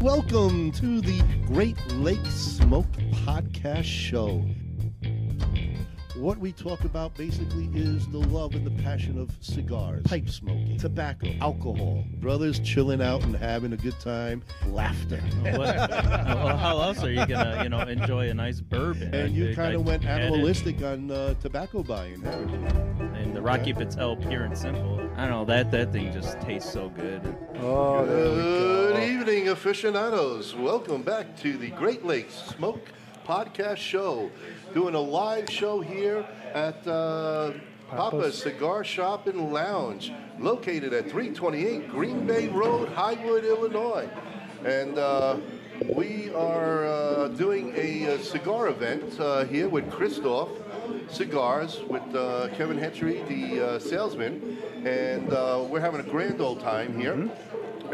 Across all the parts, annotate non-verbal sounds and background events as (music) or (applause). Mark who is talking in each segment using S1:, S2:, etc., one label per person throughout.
S1: Welcome to the Great Lake Smoke Podcast Show. What we talk about basically is the love and the passion of cigars, pipe smoking, tobacco, alcohol, brothers chilling out and having a good time, laughter.
S2: What, well, how else are you gonna, you know, enjoy a nice bourbon?
S1: And
S2: I-
S1: you
S2: I-
S1: kind of went
S2: I added-
S1: animalistic on uh, tobacco buying. haven't
S2: And the Rocky Patel Pure and Simple. I don't know that that thing just tastes so good.
S1: you?
S3: Oh, there we
S1: Good
S3: go.
S1: evening, aficionados. Welcome back to the Great Lakes Smoke Podcast Show. Doing a live show here at uh, Papa's
S3: Papa's.
S1: Cigar Shop and Lounge, located at 328 Green Bay Road, Highwood, Illinois. And uh, we are uh, doing a uh, cigar event uh, here with Christoph Cigars with uh, Kevin Hetchery, the uh, salesman. And uh, we're having a grand old time here.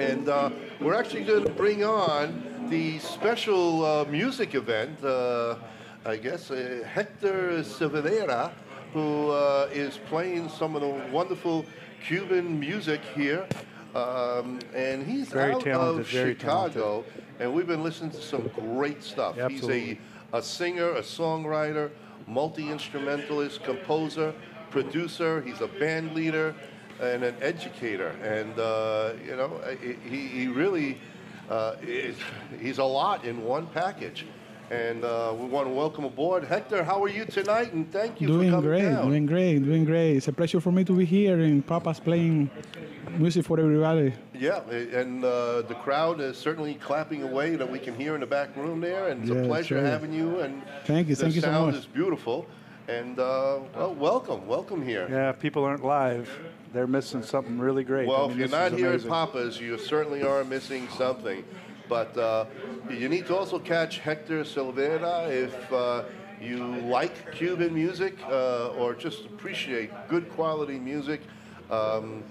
S1: And uh, we're actually going to bring on the special uh, music event, uh, I guess, uh, Hector Silveira, who uh, is playing some of the wonderful Cuban music here. Um, and he's
S3: Very
S1: out
S3: talented,
S1: of
S3: very
S1: Chicago, and we've been listening to some great stuff. He's
S3: Absolutely.
S1: a, a singer, a songwriter, multi instrumentalist, composer, producer. He's a band leader and an educator. And, uh, you know, I- I- he, he really uh, is, he's a lot in one package. And uh, we want to welcome aboard Hector. How are you tonight? And thank you
S4: Doing
S1: for coming
S4: great,
S1: down.
S4: doing great, doing great. It's a pleasure for me to be here and Papa's playing music for everybody.
S1: Yeah, and uh, the crowd is certainly clapping away that we can hear in the back room there, and it's a
S4: Yeah,
S1: pleasure
S4: sure.
S1: having you. And
S4: Thank you,
S1: the
S4: thank you so
S1: sound
S4: much.
S1: is beautiful, and uh, well, welcome, welcome here.
S3: Yeah, if people aren't live. They're missing something really great. I
S1: Well, if
S3: mean,
S1: you're
S3: this is
S1: not here at
S3: amazing.
S1: Papa's, you certainly are missing something. But uh, you need to also catch Hector Silveira if uh, you like Cuban music uh, or just appreciate good quality music. Um,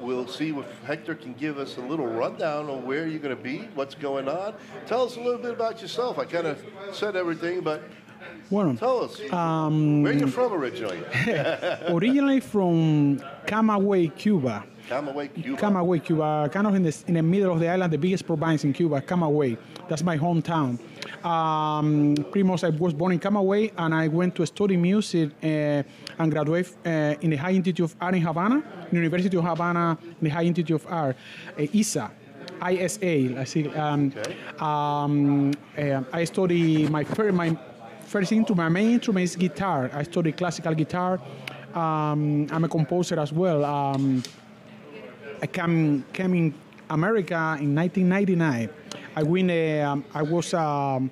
S1: we'll see if Hector can give us a little rundown on where you're going to be, what's going on. Tell us a little bit about yourself. I kind of said everything, but
S4: Bueno,
S1: tell us
S4: um,
S1: where you're from originally. uh,
S4: originally from Camagüey, Cuba.
S1: Camagüey, Cuba.
S4: Camagüey, Cuba, kind of in the, in the middle of the island, the biggest province in Cuba, Camagüey. That's my hometown. Um, pretty much, I was born in Camagüey, and I went to study music uh, and graduate uh, in the High Institute of Art in Havana, University of Havana, the High Institute of Art, uh, ISA. ISA, I see. Um,
S1: Okay.
S4: um, uh, I study my first my first instrument. My main instrument is guitar. I study classical guitar. Um, I'm a composer as well. Um, I came came in America in 1999. I win a, um, I was um,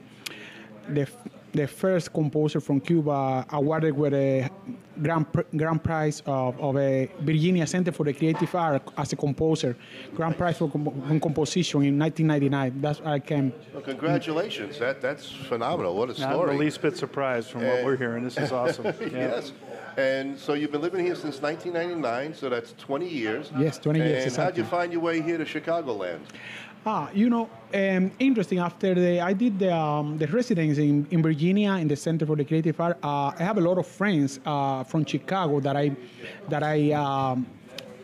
S4: the f- the first composer from Cuba awarded with a grand pr- grand prize of, of a Virginia Center for the Creative Art as a composer, grand prize for com- in composition in 1999. That's where I came.
S1: Well, congratulations. That, that's phenomenal. What a
S3: Not
S1: story.
S3: the
S1: (laughs)
S3: least bit surprised from
S1: Uh,
S3: what we're hearing. This is
S1: (laughs)
S3: awesome. Yeah.
S1: Yes. And so you've been living here since 1999, so that's 20 years.
S4: Yes,
S1: And
S4: 20 years,
S1: how'd
S4: exactly.
S1: you find your way here to Chicagoland?
S4: Ah, you know, um, interesting. After the, I did the, um, the residency in, in Virginia in the Center for the Creative Art. Uh, I have a lot of friends uh, from Chicago that I that I um,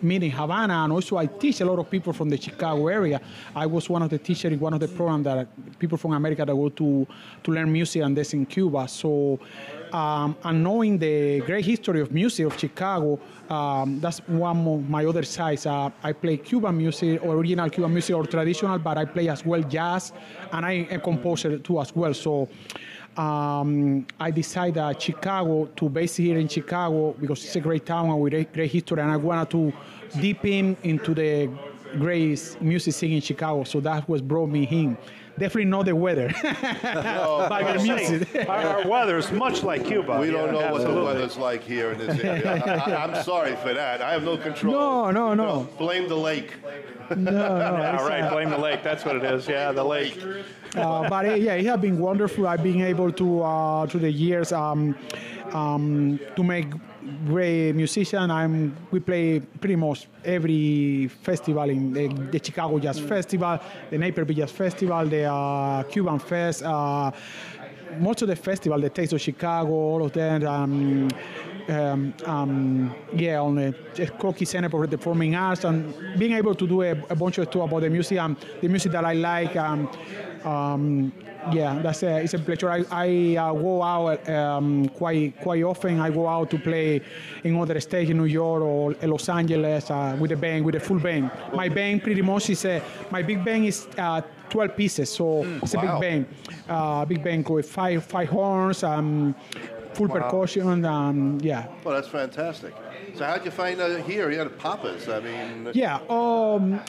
S4: meet in Havana, and also I teach a lot of people from the Chicago area. I was one of the teachers in one of the programs that people from America that go to to learn music and this in Cuba. So. Um, and knowing the great history of music of Chicago, um, that's one of my other sides. Uh, I play Cuban music, original Cuban music or traditional, but I play as well jazz, and I'm a composer too as well. So um, I decided uh, Chicago to base here in Chicago because it's a great town and with a great history, and I wanted to deepen into the great music scene in Chicago. So that was brought me in. Definitely not the weather, (laughs) but the
S3: (laughs)
S4: music.
S3: our, our weather is much like
S4: Oh,
S3: Cuba.
S1: We don't
S3: Yeah,
S1: know what the
S3: absolutely.
S1: weather's like here in this area.
S4: (laughs)
S1: I, I, am sorry for that. I have no control.
S4: No, no, no.
S1: Blame the lake.
S3: Yeah, all right, blame the lake. That's what it is. Yeah, the
S4: (laughs)
S3: lake.
S4: uh, but eh, yeah, it has been wonderful. I've been able to uh, through the years um, um, to make great musician. I'm we play pretty much every festival in the, the Chicago Jazz Festival, the Naperville Jazz Festival, the uh, Cuban Fest. Uh, most of the festival, the Taste of Chicago, all of them. Um, um, um, yeah, on the Koki Center for the Performing Arts, and being able to do a, a bunch of stuff about the music, um, the music that I like. Um, um, yeah, that's a, it's a pleasure. I, I uh, go out um, quite quite often. I go out to play in other states in New York or in Los Angeles uh, with a band, with a full band. My band pretty much is a, my big band is uh, 12 pieces, so it's a
S1: wow.
S4: big band. Uh, big band with five five horns, um, full percussion, um, yeah.
S1: Well, that's fantastic. So how'd you find uh, here? You had Papas. I mean,
S4: Yeah. Um,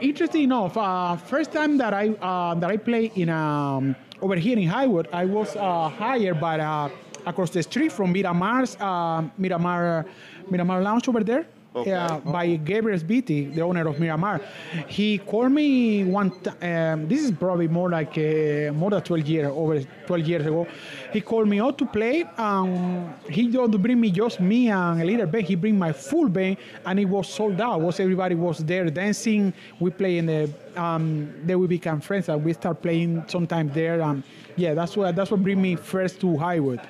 S4: interesting enough, uh, first time that I uh, that I played in um, over here in Highwood, I was uh, hired by uh, across the street from Miramar's uh, Miramar Miramar Lounge over there.
S1: Okay.
S4: Yeah, by Gabriel Beatty, the owner of Miramar. He called me one. T- um, this is probably more like uh, more than 12 years over 12 years ago. He called me out to play. Um, he don't bring me just me and a little band. He bring my full band, and it was sold out. Was everybody was there dancing? We play in the. Um, then we become friends, and we start playing sometime there. Um, yeah, that's what that's what bring me first to Highwood.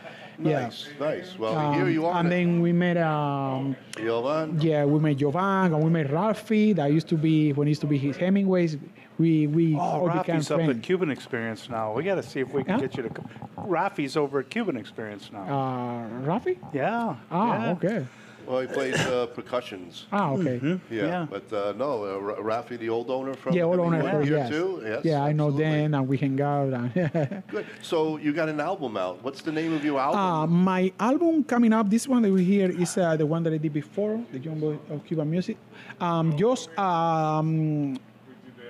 S4: Yeah.
S1: nice, nice. Well,
S4: Um,
S1: here you are.
S4: and then we met um,
S1: Jovan.
S4: yeah, we met Jovan and we met Ralphie. That used to be when it used to be his Hemingway's. We we
S3: Oh,
S4: all became
S3: Rafi's up at
S4: friends.
S3: Cuban Experience now. We got to see if we can
S4: Huh?
S3: get you to. co- Rafi's over at Cuban Experience now.
S4: Uh, Ralphie?
S3: yeah.
S4: Ah,
S3: yeah.
S4: okay.
S1: Well, he plays uh, percussions.
S4: Ah, okay.
S1: Yeah,
S3: Yeah.
S1: but uh, no, uh, Ra- Rafi, the old owner from
S4: Yeah, all
S1: from
S4: on
S1: here
S4: our yes.
S1: too. Yes,
S4: yeah, I know
S1: absolutely.
S4: Dan and we hang out. And (laughs)
S1: Good. So you got an album out. What's the name of your album?
S4: uh, my album coming up, this one that we hear is uh, the one that I did before, the Young Boy of Cuban Music. Um, just um,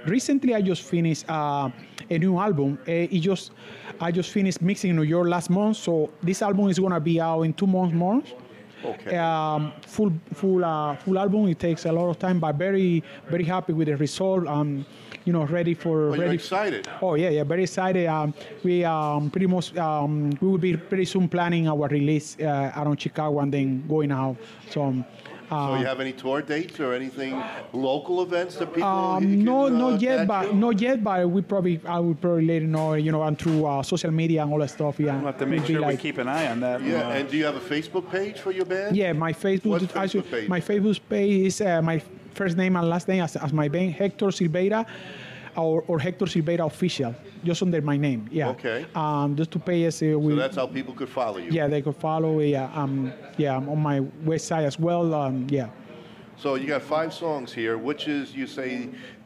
S4: recently, I just finished uh, a new album. Uh, it just I just finished mixing in New York last month, so this album is gonna be out in two months more.
S1: okay.
S4: um, full full uh, full album. It takes a lot of time, but very very happy with the result. Um, you know, ready for
S1: well, you're
S4: ready.
S1: excited.
S4: Oh yeah, yeah, very excited. Um, we um, pretty much um, we will be pretty soon planning our release uh, around Chicago and then going out. So. Um,
S1: So
S4: uh,
S1: you have any tour dates or anything local events that people?
S4: um,
S1: you can,
S4: no,
S1: uh,
S4: not yet,
S1: catch
S4: but
S1: you?
S4: not yet, but we probably I will probably let you know, you know, and through uh, social media and all that stuff. Yeah,
S3: We'll have to
S4: It
S3: make
S4: will be
S3: sure we
S4: like-
S3: keep an eye on that.
S1: Yeah,
S3: Uh,
S1: and do you have a Facebook page for your band?
S4: Yeah, my Facebook.
S1: What's
S4: I should-
S1: Facebook page?
S4: My Facebook page is uh, my first name and last name as, as my band Hector Silveira, or, or Hector Silveira official, just under my name. Yeah.
S1: Okay.
S4: Um, just to pay us. Uh, we,
S1: So that's how people could follow you.
S4: yeah, they could follow. Yeah. Um. Yeah, I'm on my website as well. Um. Yeah.
S1: So you got five songs here. Which is you say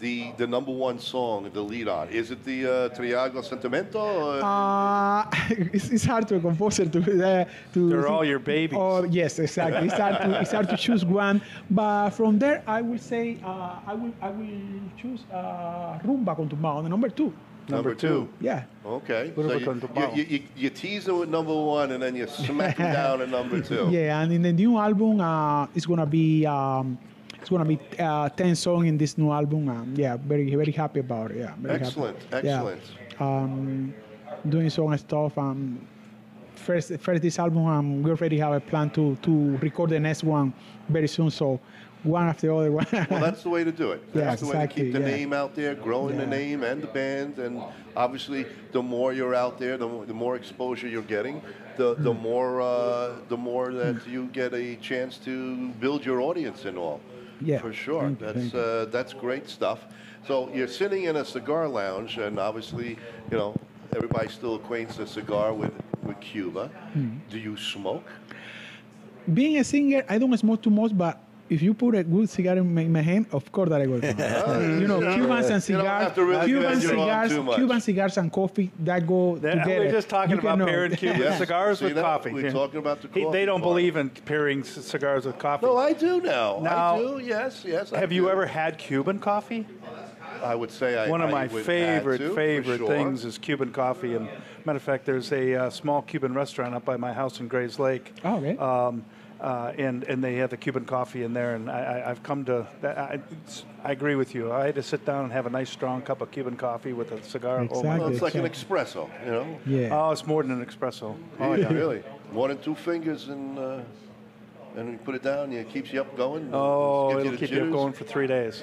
S1: the the number one song, the lead on? Is it the uh, Triago Sentimento? Or
S4: Uh, (laughs) it's, it's hard to a composer to uh, to.
S3: They're all your babies.
S4: Oh yes, exactly. It's hard to it's hard to choose one, but from there I will say uh, I will I will choose uh, Rumba con tu mano, the number two.
S1: number two.
S4: Yeah.
S1: Okay.
S3: What
S1: So
S3: about
S1: you,
S3: Canto
S1: you,
S3: Pao?
S1: you, you, you tease them with number one and then you smack
S4: (laughs)
S1: them down at number two.
S4: Yeah, and in the new album, uh, it's gonna be um, it's gonna be uh, ten songs in this new album. Um, yeah, very very happy about it. Yeah, very happy.
S1: Excellent,
S4: Yeah.
S1: excellent.
S4: Um, doing song and stuff. Um, first first this album, um, we already have a plan to to record the next one very soon. So one after the other (laughs) one.
S1: Well, that's the way to do it. That's the way
S4: Yeah,
S1: to keep
S4: exactly,
S1: the
S4: yeah.
S1: name out there, growing the
S4: Yeah.
S1: name and the band, and obviously, the more you're out there, the more, the more exposure you're getting, the the more uh, the more
S4: Mm.
S1: that you get a chance to build your audience and all.
S4: Yeah,
S1: for sure.
S4: thank you,
S1: that's
S4: thank you.
S1: uh, that's great stuff. So you're sitting in a cigar lounge, and obviously, you know, everybody still acquaints the cigar with with Cuba.
S4: Hmm.
S1: Do you smoke?
S4: Being a singer, I don't smoke too much, but if you put a good cigar in my, my hand, of course that I
S3: (laughs)
S4: will. you know, Cubans and
S1: You don't
S4: cigars,
S1: have to really
S4: Cuban
S1: get your arm
S4: cigars,
S1: too much.
S4: Cuban cigars and coffee that go
S3: That-
S4: together.
S3: we're just talking
S4: You
S3: about
S4: cannot- (laughs)
S3: pairing Cuban
S1: Yeah.
S3: cigars
S1: See
S3: with
S1: that?
S3: coffee.
S1: We're
S3: Yeah.
S1: talking about the
S3: He-
S1: coffee
S3: They don't
S1: part.
S3: believe in pairing c- cigars with coffee.
S1: No, I do now. I
S3: Now-
S1: do. Yes, yes. I
S3: Have you
S1: do.
S3: ever had Cuban coffee?
S1: I would say I.
S3: One of
S1: I
S3: my
S1: would
S3: favorite,
S1: add to, for
S3: favorite
S1: sure.
S3: things is Cuban coffee. And matter of fact, there's a uh, small Cuban restaurant up by my house in Grays Lake.
S4: Oh, okay.
S3: Um, uh, and and they have the Cuban coffee in there, and I, I, I've come to. That, I, it's- I agree with you. I had to sit down and have a nice strong cup of Cuban coffee with a cigar. Oh,
S1: Well,
S3: my
S1: it's like an espresso, you know.
S4: Yeah.
S3: God. oh, it's more than an espresso. Oh,
S1: yeah,
S3: yeah.
S1: really. One and two fingers and. Uh, And you put it down, it keeps you up going.
S3: Oh,
S1: gives
S3: it'll
S1: the
S3: keep you
S1: jitters.
S3: going for three
S1: (laughs)
S3: days.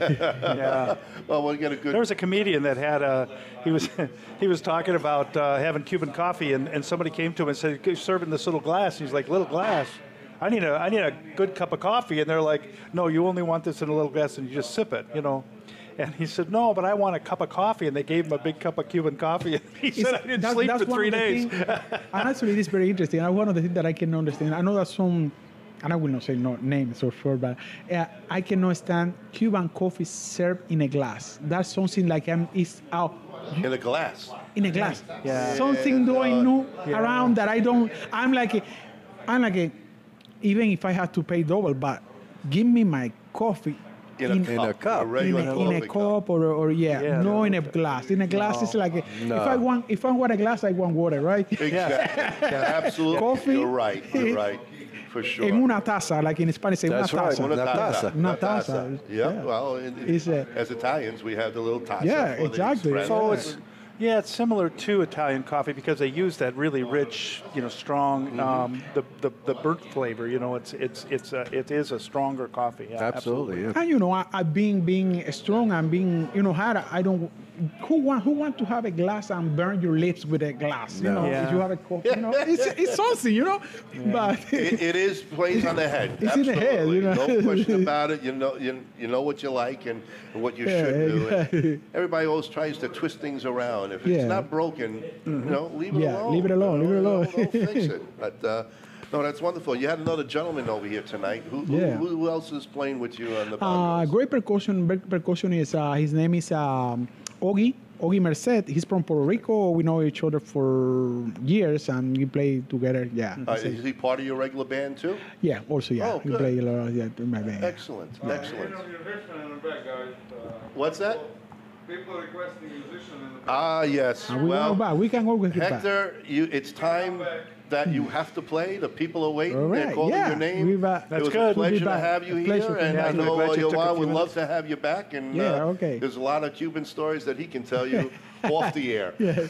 S3: yeah.
S1: Well, we'll get a good.
S3: There was a comedian that had a, he was (laughs) he was talking about uh, having Cuban coffee, and, and somebody came to him and said, "You're serving this little glass." He's like, "Little glass? I need a I need a good cup of coffee." And they're like, "No, you only want this in a little glass, and you just sip it, you know." And he said, "No, but I want a cup of coffee." And they gave him a big cup of Cuban coffee. (laughs) And he said, "I didn't
S4: That-
S3: sleep for
S4: one
S3: three
S4: of the
S3: days." (laughs)
S4: thing- and actually, it is very interesting. And one of the things that I can understand, I know that some, and I will not say no names or sure, but uh, I cannot stand Cuban coffee served in a glass. That's something like I'm is out
S1: in a glass.
S4: in a glass.
S3: Yeah.
S4: Something do I
S1: Yeah,
S4: know
S3: yeah.
S4: around that I don't. I'm like, a, I'm like, a, even if I have to pay double, but give me my coffee
S5: In a cup.
S1: A regular
S4: in a, in
S1: coffee
S4: a cup or, or yeah,
S3: Yeah,
S4: no
S3: no.
S4: in a glass. In a glass, it's like
S5: No.
S4: if I want if I want a glass, I want water, right?
S1: Exactly. (laughs) Absolutely.
S4: Coffee.
S1: You're right. You're right. For sure.
S4: (laughs) En una taza, like in Spanish, en
S5: That's
S4: una
S5: right,
S4: taza.
S5: una taza.
S4: Una taza.
S1: Yeah.
S4: Yeah.
S1: Well, in, in-
S4: It's a-
S1: as Italians, we have the little taza.
S4: Yeah,
S1: for the
S4: exactly.
S1: espresso.
S3: So Oh, it's yeah, it's similar to Italian coffee because they use that really rich, you know, strong
S1: Mm-hmm.
S3: um, the, the the burnt flavor. You know, it's it's it's a, it is a stronger coffee. Yeah,
S5: Absolutely. yeah.
S4: And you know, I, I being being strong and being you know hard. I don't. Who want who want to have a glass and burn your lips with a glass? You
S5: No.
S4: know,
S3: Yeah.
S4: if you have a coffee,
S5: (laughs)
S4: you know, it's, it's something, you know. But
S1: It, it is plays on the head.
S4: It's in the head,
S1: absolutely.
S4: you know.
S1: No question about it. You know, you, you know what you like and what you
S4: Yeah,
S1: should do. And
S4: yeah.
S1: Everybody always tries to twist things around. If it's
S4: Yeah. Mm-hmm.
S1: not broken, you know, leave it
S4: Yeah,
S1: alone.
S4: leave it alone,
S1: You
S4: leave it
S1: know,
S4: alone.
S1: Don't, don't
S4: (laughs)
S1: fix it. But uh, no, that's wonderful. You had another gentleman over here tonight. Who, who-
S4: Yeah.
S1: who, else is playing with you on the
S4: Uh,
S1: bongos?
S4: great percussion. Great percussion is uh, his name is um, Ogi Ogi Merced. He's from Puerto Rico. We know each other for years, and we play together. Yeah,
S1: Uh,
S4: that's it.
S1: is he part of your regular band too?
S4: yeah. Also, yeah,
S1: Oh,
S4: we
S1: good.
S4: play a lot. Yeah, in my band.
S1: Excellent, excellent.
S6: You're musician in the back, guys. Uh,
S1: What's that?
S6: people requesting musician in the
S1: Ah,
S6: back.
S1: yes.
S4: And we
S1: well,
S4: are back. We can always get back.
S1: Hector, you, it's time that you have to play. The people are waiting.
S4: All
S1: They're
S4: right,
S1: calling
S4: yeah.
S1: your name.
S4: We've, uh,
S1: it
S3: That's
S1: was
S3: good.
S1: a
S3: We'll
S1: pleasure
S4: be
S1: to
S4: back.
S1: have you
S4: A
S1: here,
S4: pleasure to
S1: and
S4: have
S1: I
S3: you.
S1: know
S3: Glad
S1: uh,
S3: you took a
S1: Yoan
S3: few
S1: would love
S3: minutes.
S1: to have you back. And
S4: Yeah,
S1: uh,
S4: okay.
S1: there's a lot of Cuban stories that he can tell you off the air.
S4: Okay.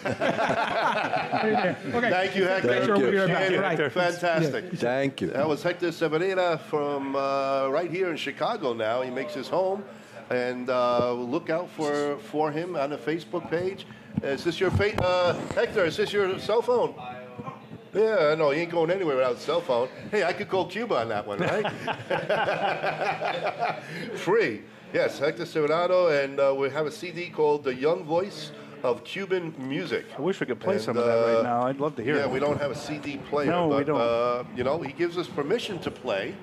S1: Thank you, Hector.
S5: Thank Sure, you.
S4: we'll be back.
S1: Appreciate it.
S4: Right.
S1: Fantastic.
S5: Thank you.
S1: That was Hector Severeda from uh, right here in Chicago now. He makes his home. And uh, look out for, for him on the Facebook page. Is this your fa- uh, Hector? Is this your cell phone? Yeah, I know. He ain't going anywhere without a cell phone. Hey, I could call Cuba on that one, right? (laughs) Free. Yes, Hector Severado, and uh, we have a CD called The Young Voice of Cuban Music.
S3: I wish we could play
S1: And,
S3: some of that
S1: uh,
S3: right now. I'd love to hear
S1: Yeah,
S3: it.
S1: we don't have a CD player.
S3: No,
S1: but,
S3: we don't.
S1: Uh, you know, he gives us permission to play.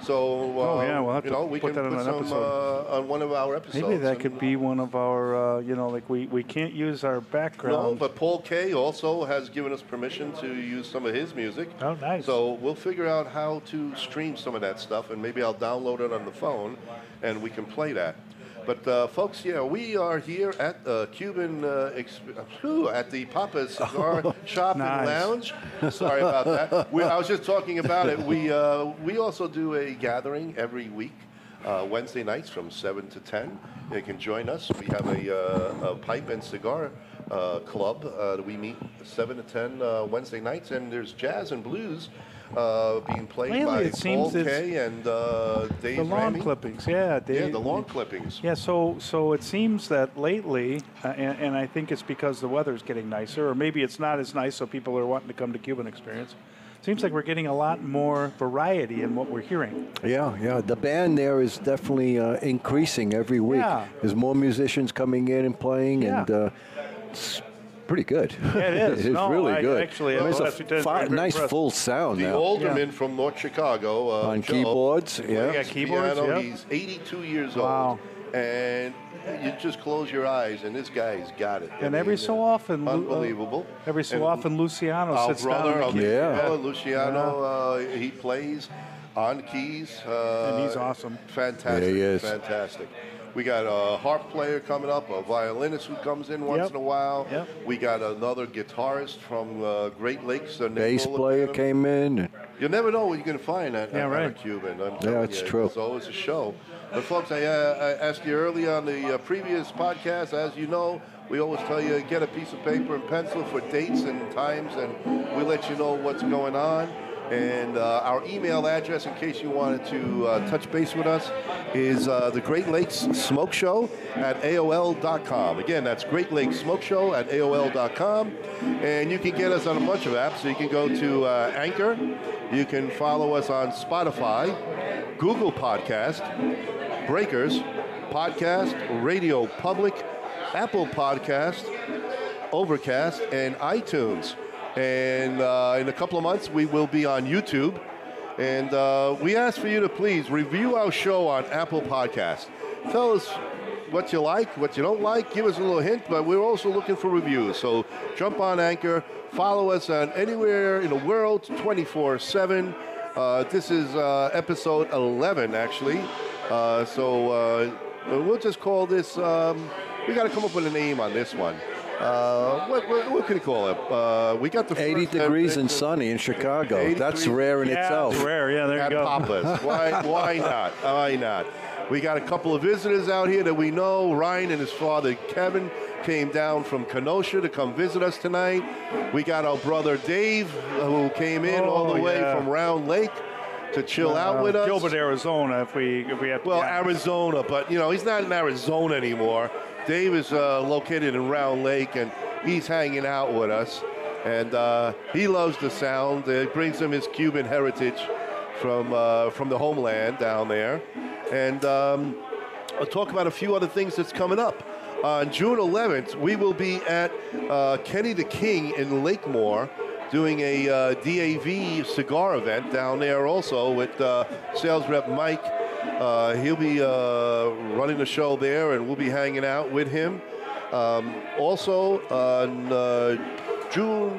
S1: So, uh,
S3: Oh, yeah, we'll have
S1: you
S3: to
S1: know, we
S3: put
S1: can
S3: that on
S1: put
S3: an
S1: some
S3: episode.
S1: uh, on one of our episodes.
S3: Maybe that
S1: and-
S3: could be one of our, uh, you know, like we, we can't use our
S1: No,
S3: background.
S1: but Paul Kay also has given us permission to use some of his music.
S3: Oh, nice.
S1: So we'll figure out how to stream some of that stuff, and maybe I'll download it on the phone, and we can play that. But uh, folks, yeah, we are here at uh, Cuban uh, exp- phew, at the Papa
S3: (laughs)
S1: Cigar Shop
S3: Oh, Nice.
S1: and Lounge. (laughs) Sorry about that. We, I was just talking about it. We uh, we also do a gathering every week uh, Wednesday nights from 7 to 10. You can join us. We have a, uh, a pipe and cigar uh, club. Uh, that we meet 7 to 10 uh, Wednesday nights, and there's jazz and blues uh, being played
S3: Lately,
S1: by
S3: it seems
S1: Paul
S3: it's
S1: Kay and uh, Dave
S3: the lawn
S1: Ramey.
S3: clippings, yeah. They,
S1: Yeah, the lawn clippings.
S3: Yeah, so so it seems that lately, uh, and, and I think it's because the weather's getting nicer, or maybe it's not as nice, so people are wanting to come to Cuban Experience. Seems like we're getting a lot more variety in what we're hearing.
S5: Yeah, yeah. The band there is definitely uh, increasing every week.
S3: Yeah.
S5: There's more musicians coming in and playing,
S3: Yeah.
S5: and uh, it's pretty good.
S3: it is.
S5: (laughs) it's
S3: No,
S5: really
S3: I-
S5: good.
S3: actually, uh,
S5: I mean,
S3: I
S5: it's a
S3: was actually
S5: fi-
S3: very
S5: nice
S3: impressed.
S5: full sound
S1: The
S5: now
S1: alderman from North Chicago. Uh,
S5: on
S1: Joe,
S5: keyboards. Yeah.
S3: you got keyboards,
S1: piano.
S3: yeah.
S1: He's 82 years
S3: Wow.
S1: old. And you just close your eyes, and this guy's got it. I
S3: And every
S1: mean,
S3: so
S1: uh,
S3: often, Lu- uh,
S1: unbelievable.
S3: Every so
S1: And
S3: often, Luciano
S1: Our
S3: sits
S1: brother,
S3: down.
S1: our
S3: and-
S5: Yeah.
S1: Luciano, Luciano uh, he plays on keys. Uh,
S3: And he's awesome.
S1: Fantastic.
S5: Yeah, he is.
S1: Fantastic. We got a harp player coming up, a violinist who comes in once
S3: Yep.
S1: in a while.
S3: Yep.
S1: We got another guitarist from uh, Great Lakes. uh,
S5: Bass
S1: Nicola
S5: player
S1: Bannerman.
S5: came in. and-
S1: You never know what you're going to find at, at
S3: Yeah, right.
S1: a Cuban. I'm telling
S5: it's
S1: you,
S5: true.
S1: It's always a show. But folks, I, uh, I asked you early on the uh, previous podcast. As you know, we always tell you get a piece of paper and pencil for dates and times, and we let you know what's going on. And uh, our email address, in case you wanted to uh, touch base with us, is uh, the Great Lakes Smoke Show at AOL.com. Again, that's Great Lakes Smoke Show at AOL.com. And you can get us on a bunch of apps. So you can go to uh, Anchor, you can follow us on Spotify, Google Podcast, Breakers, Podcast, Radio Public, Apple Podcast, Overcast, and iTunes. And uh, in a couple of months, we will be on YouTube. And uh, we ask for you to please review our show on Apple Podcast. Tell us what you like, what you don't like. Give us a little hint, but we're also looking for reviews. So jump on Anchor, follow us on anywhere in the world 24 7. Uh, this is uh, episode 11, actually. Uh, so uh, we'll just call this, um, we got to come up with a name on this one. Uh, what, what, what can we call it? Uh, we got the first
S5: 80 degrees
S1: episode-
S5: and sunny in Chicago.
S1: 80
S5: That's
S1: degrees.
S5: rare in
S3: yeah,
S5: itself.
S3: It's rare. Yeah, there you
S1: at
S3: go.
S1: Papa's.
S3: (laughs)
S1: Why, why not? Why not? We got a couple of visitors out here that we know. Ryan and his father Kevin came down from Kenosha to come visit us tonight. We got our brother Dave who came in all
S3: Oh,
S1: the way
S3: yeah.
S1: from Round Lake to chill out with us.
S3: Uh, Gilbert, Arizona. If we if we have
S1: Well,
S3: yeah.
S1: Arizona, but you know he's not in Arizona anymore. Dave is uh, located in Round Lake, and he's hanging out with us, and uh, he loves the sound. It brings him his Cuban heritage from uh, from the homeland down there, and um, I'll talk about a few other things that's coming up. Uh, On June 11th, we will be at uh, Kenny the King in Lakemore doing a uh, DAV cigar event down there also with uh, sales rep Mike. Uh, he'll be uh, running the show there and we'll be hanging out with him. Um, also, on uh, June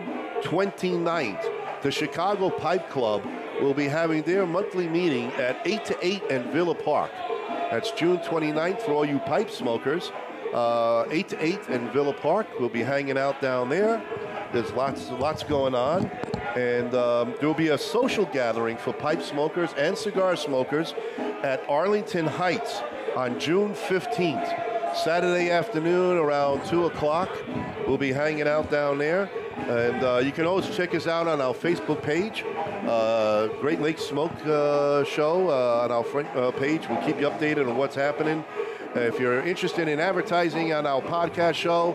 S1: 29th, the Chicago Pipe Club will be having their monthly meeting at 8 to 8 at Villa Park. That's June 29th for all you pipe smokers. Uh, 8 to 8 in Villa Park. We'll be hanging out down there. There's lots, lots going on. And um, there will be a social gathering for pipe smokers and cigar smokers at Arlington Heights on June 15th. Saturday afternoon around 2 o'clock. We'll be hanging out down there. And uh, you can always check us out on our Facebook page, uh, Great Lakes Smoke uh, Show uh, on our front, uh, page. We'll keep you updated on what's happening. Uh, if you're interested in advertising on our podcast show,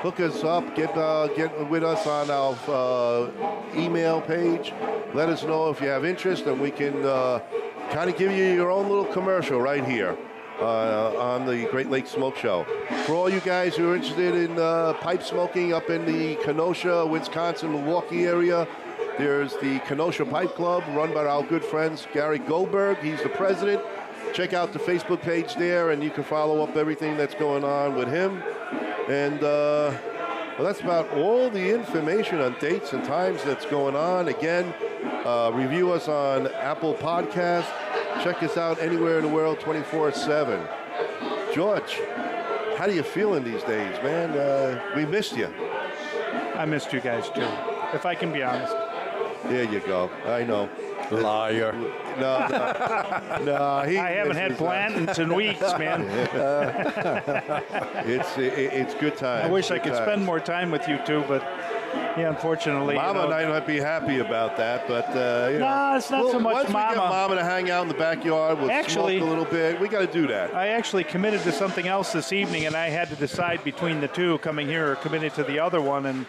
S1: hook us up. Get uh, get with us on our uh, email page. Let us know if you have interest, and we can uh, kind of give you your own little commercial right here uh, on the Great Lakes Smoke Show. For all you guys who are interested in uh, pipe smoking up in the Kenosha, Wisconsin, Milwaukee area, there's the Kenosha Pipe Club run by our good friends Gary Goldberg. He's the president. Check out the Facebook page there, and you can follow up everything that's going on with him. And uh, well, that's about all the information on dates and times that's going on. Again, uh, review us on Apple Podcast. Check us out anywhere in the world, 24/7. George, how do you feeling these days, man? Uh, we missed you.
S3: I missed you guys too. If I can be honest.
S1: There you go. I know.
S5: Liar.
S1: No, no, no he
S3: I haven't
S1: misses
S3: had
S1: us.
S3: plantains in weeks,
S1: (laughs)
S3: man.
S1: It's it, it's good time.
S3: I wish I
S1: good
S3: could
S1: times.
S3: spend more time with you two, but yeah, unfortunately. you
S1: Mama
S3: know,
S1: and I might be happy about that, but uh, you know.
S3: No, it's not
S1: Well,
S3: so much
S1: once we get
S3: Mama.
S1: Mama to hang out in the backyard, we'll
S3: Actually-
S1: smoke a little bit. We got to do that.
S3: I actually committed to something else this evening, and I had to decide between the two, coming here or committed to the other one, and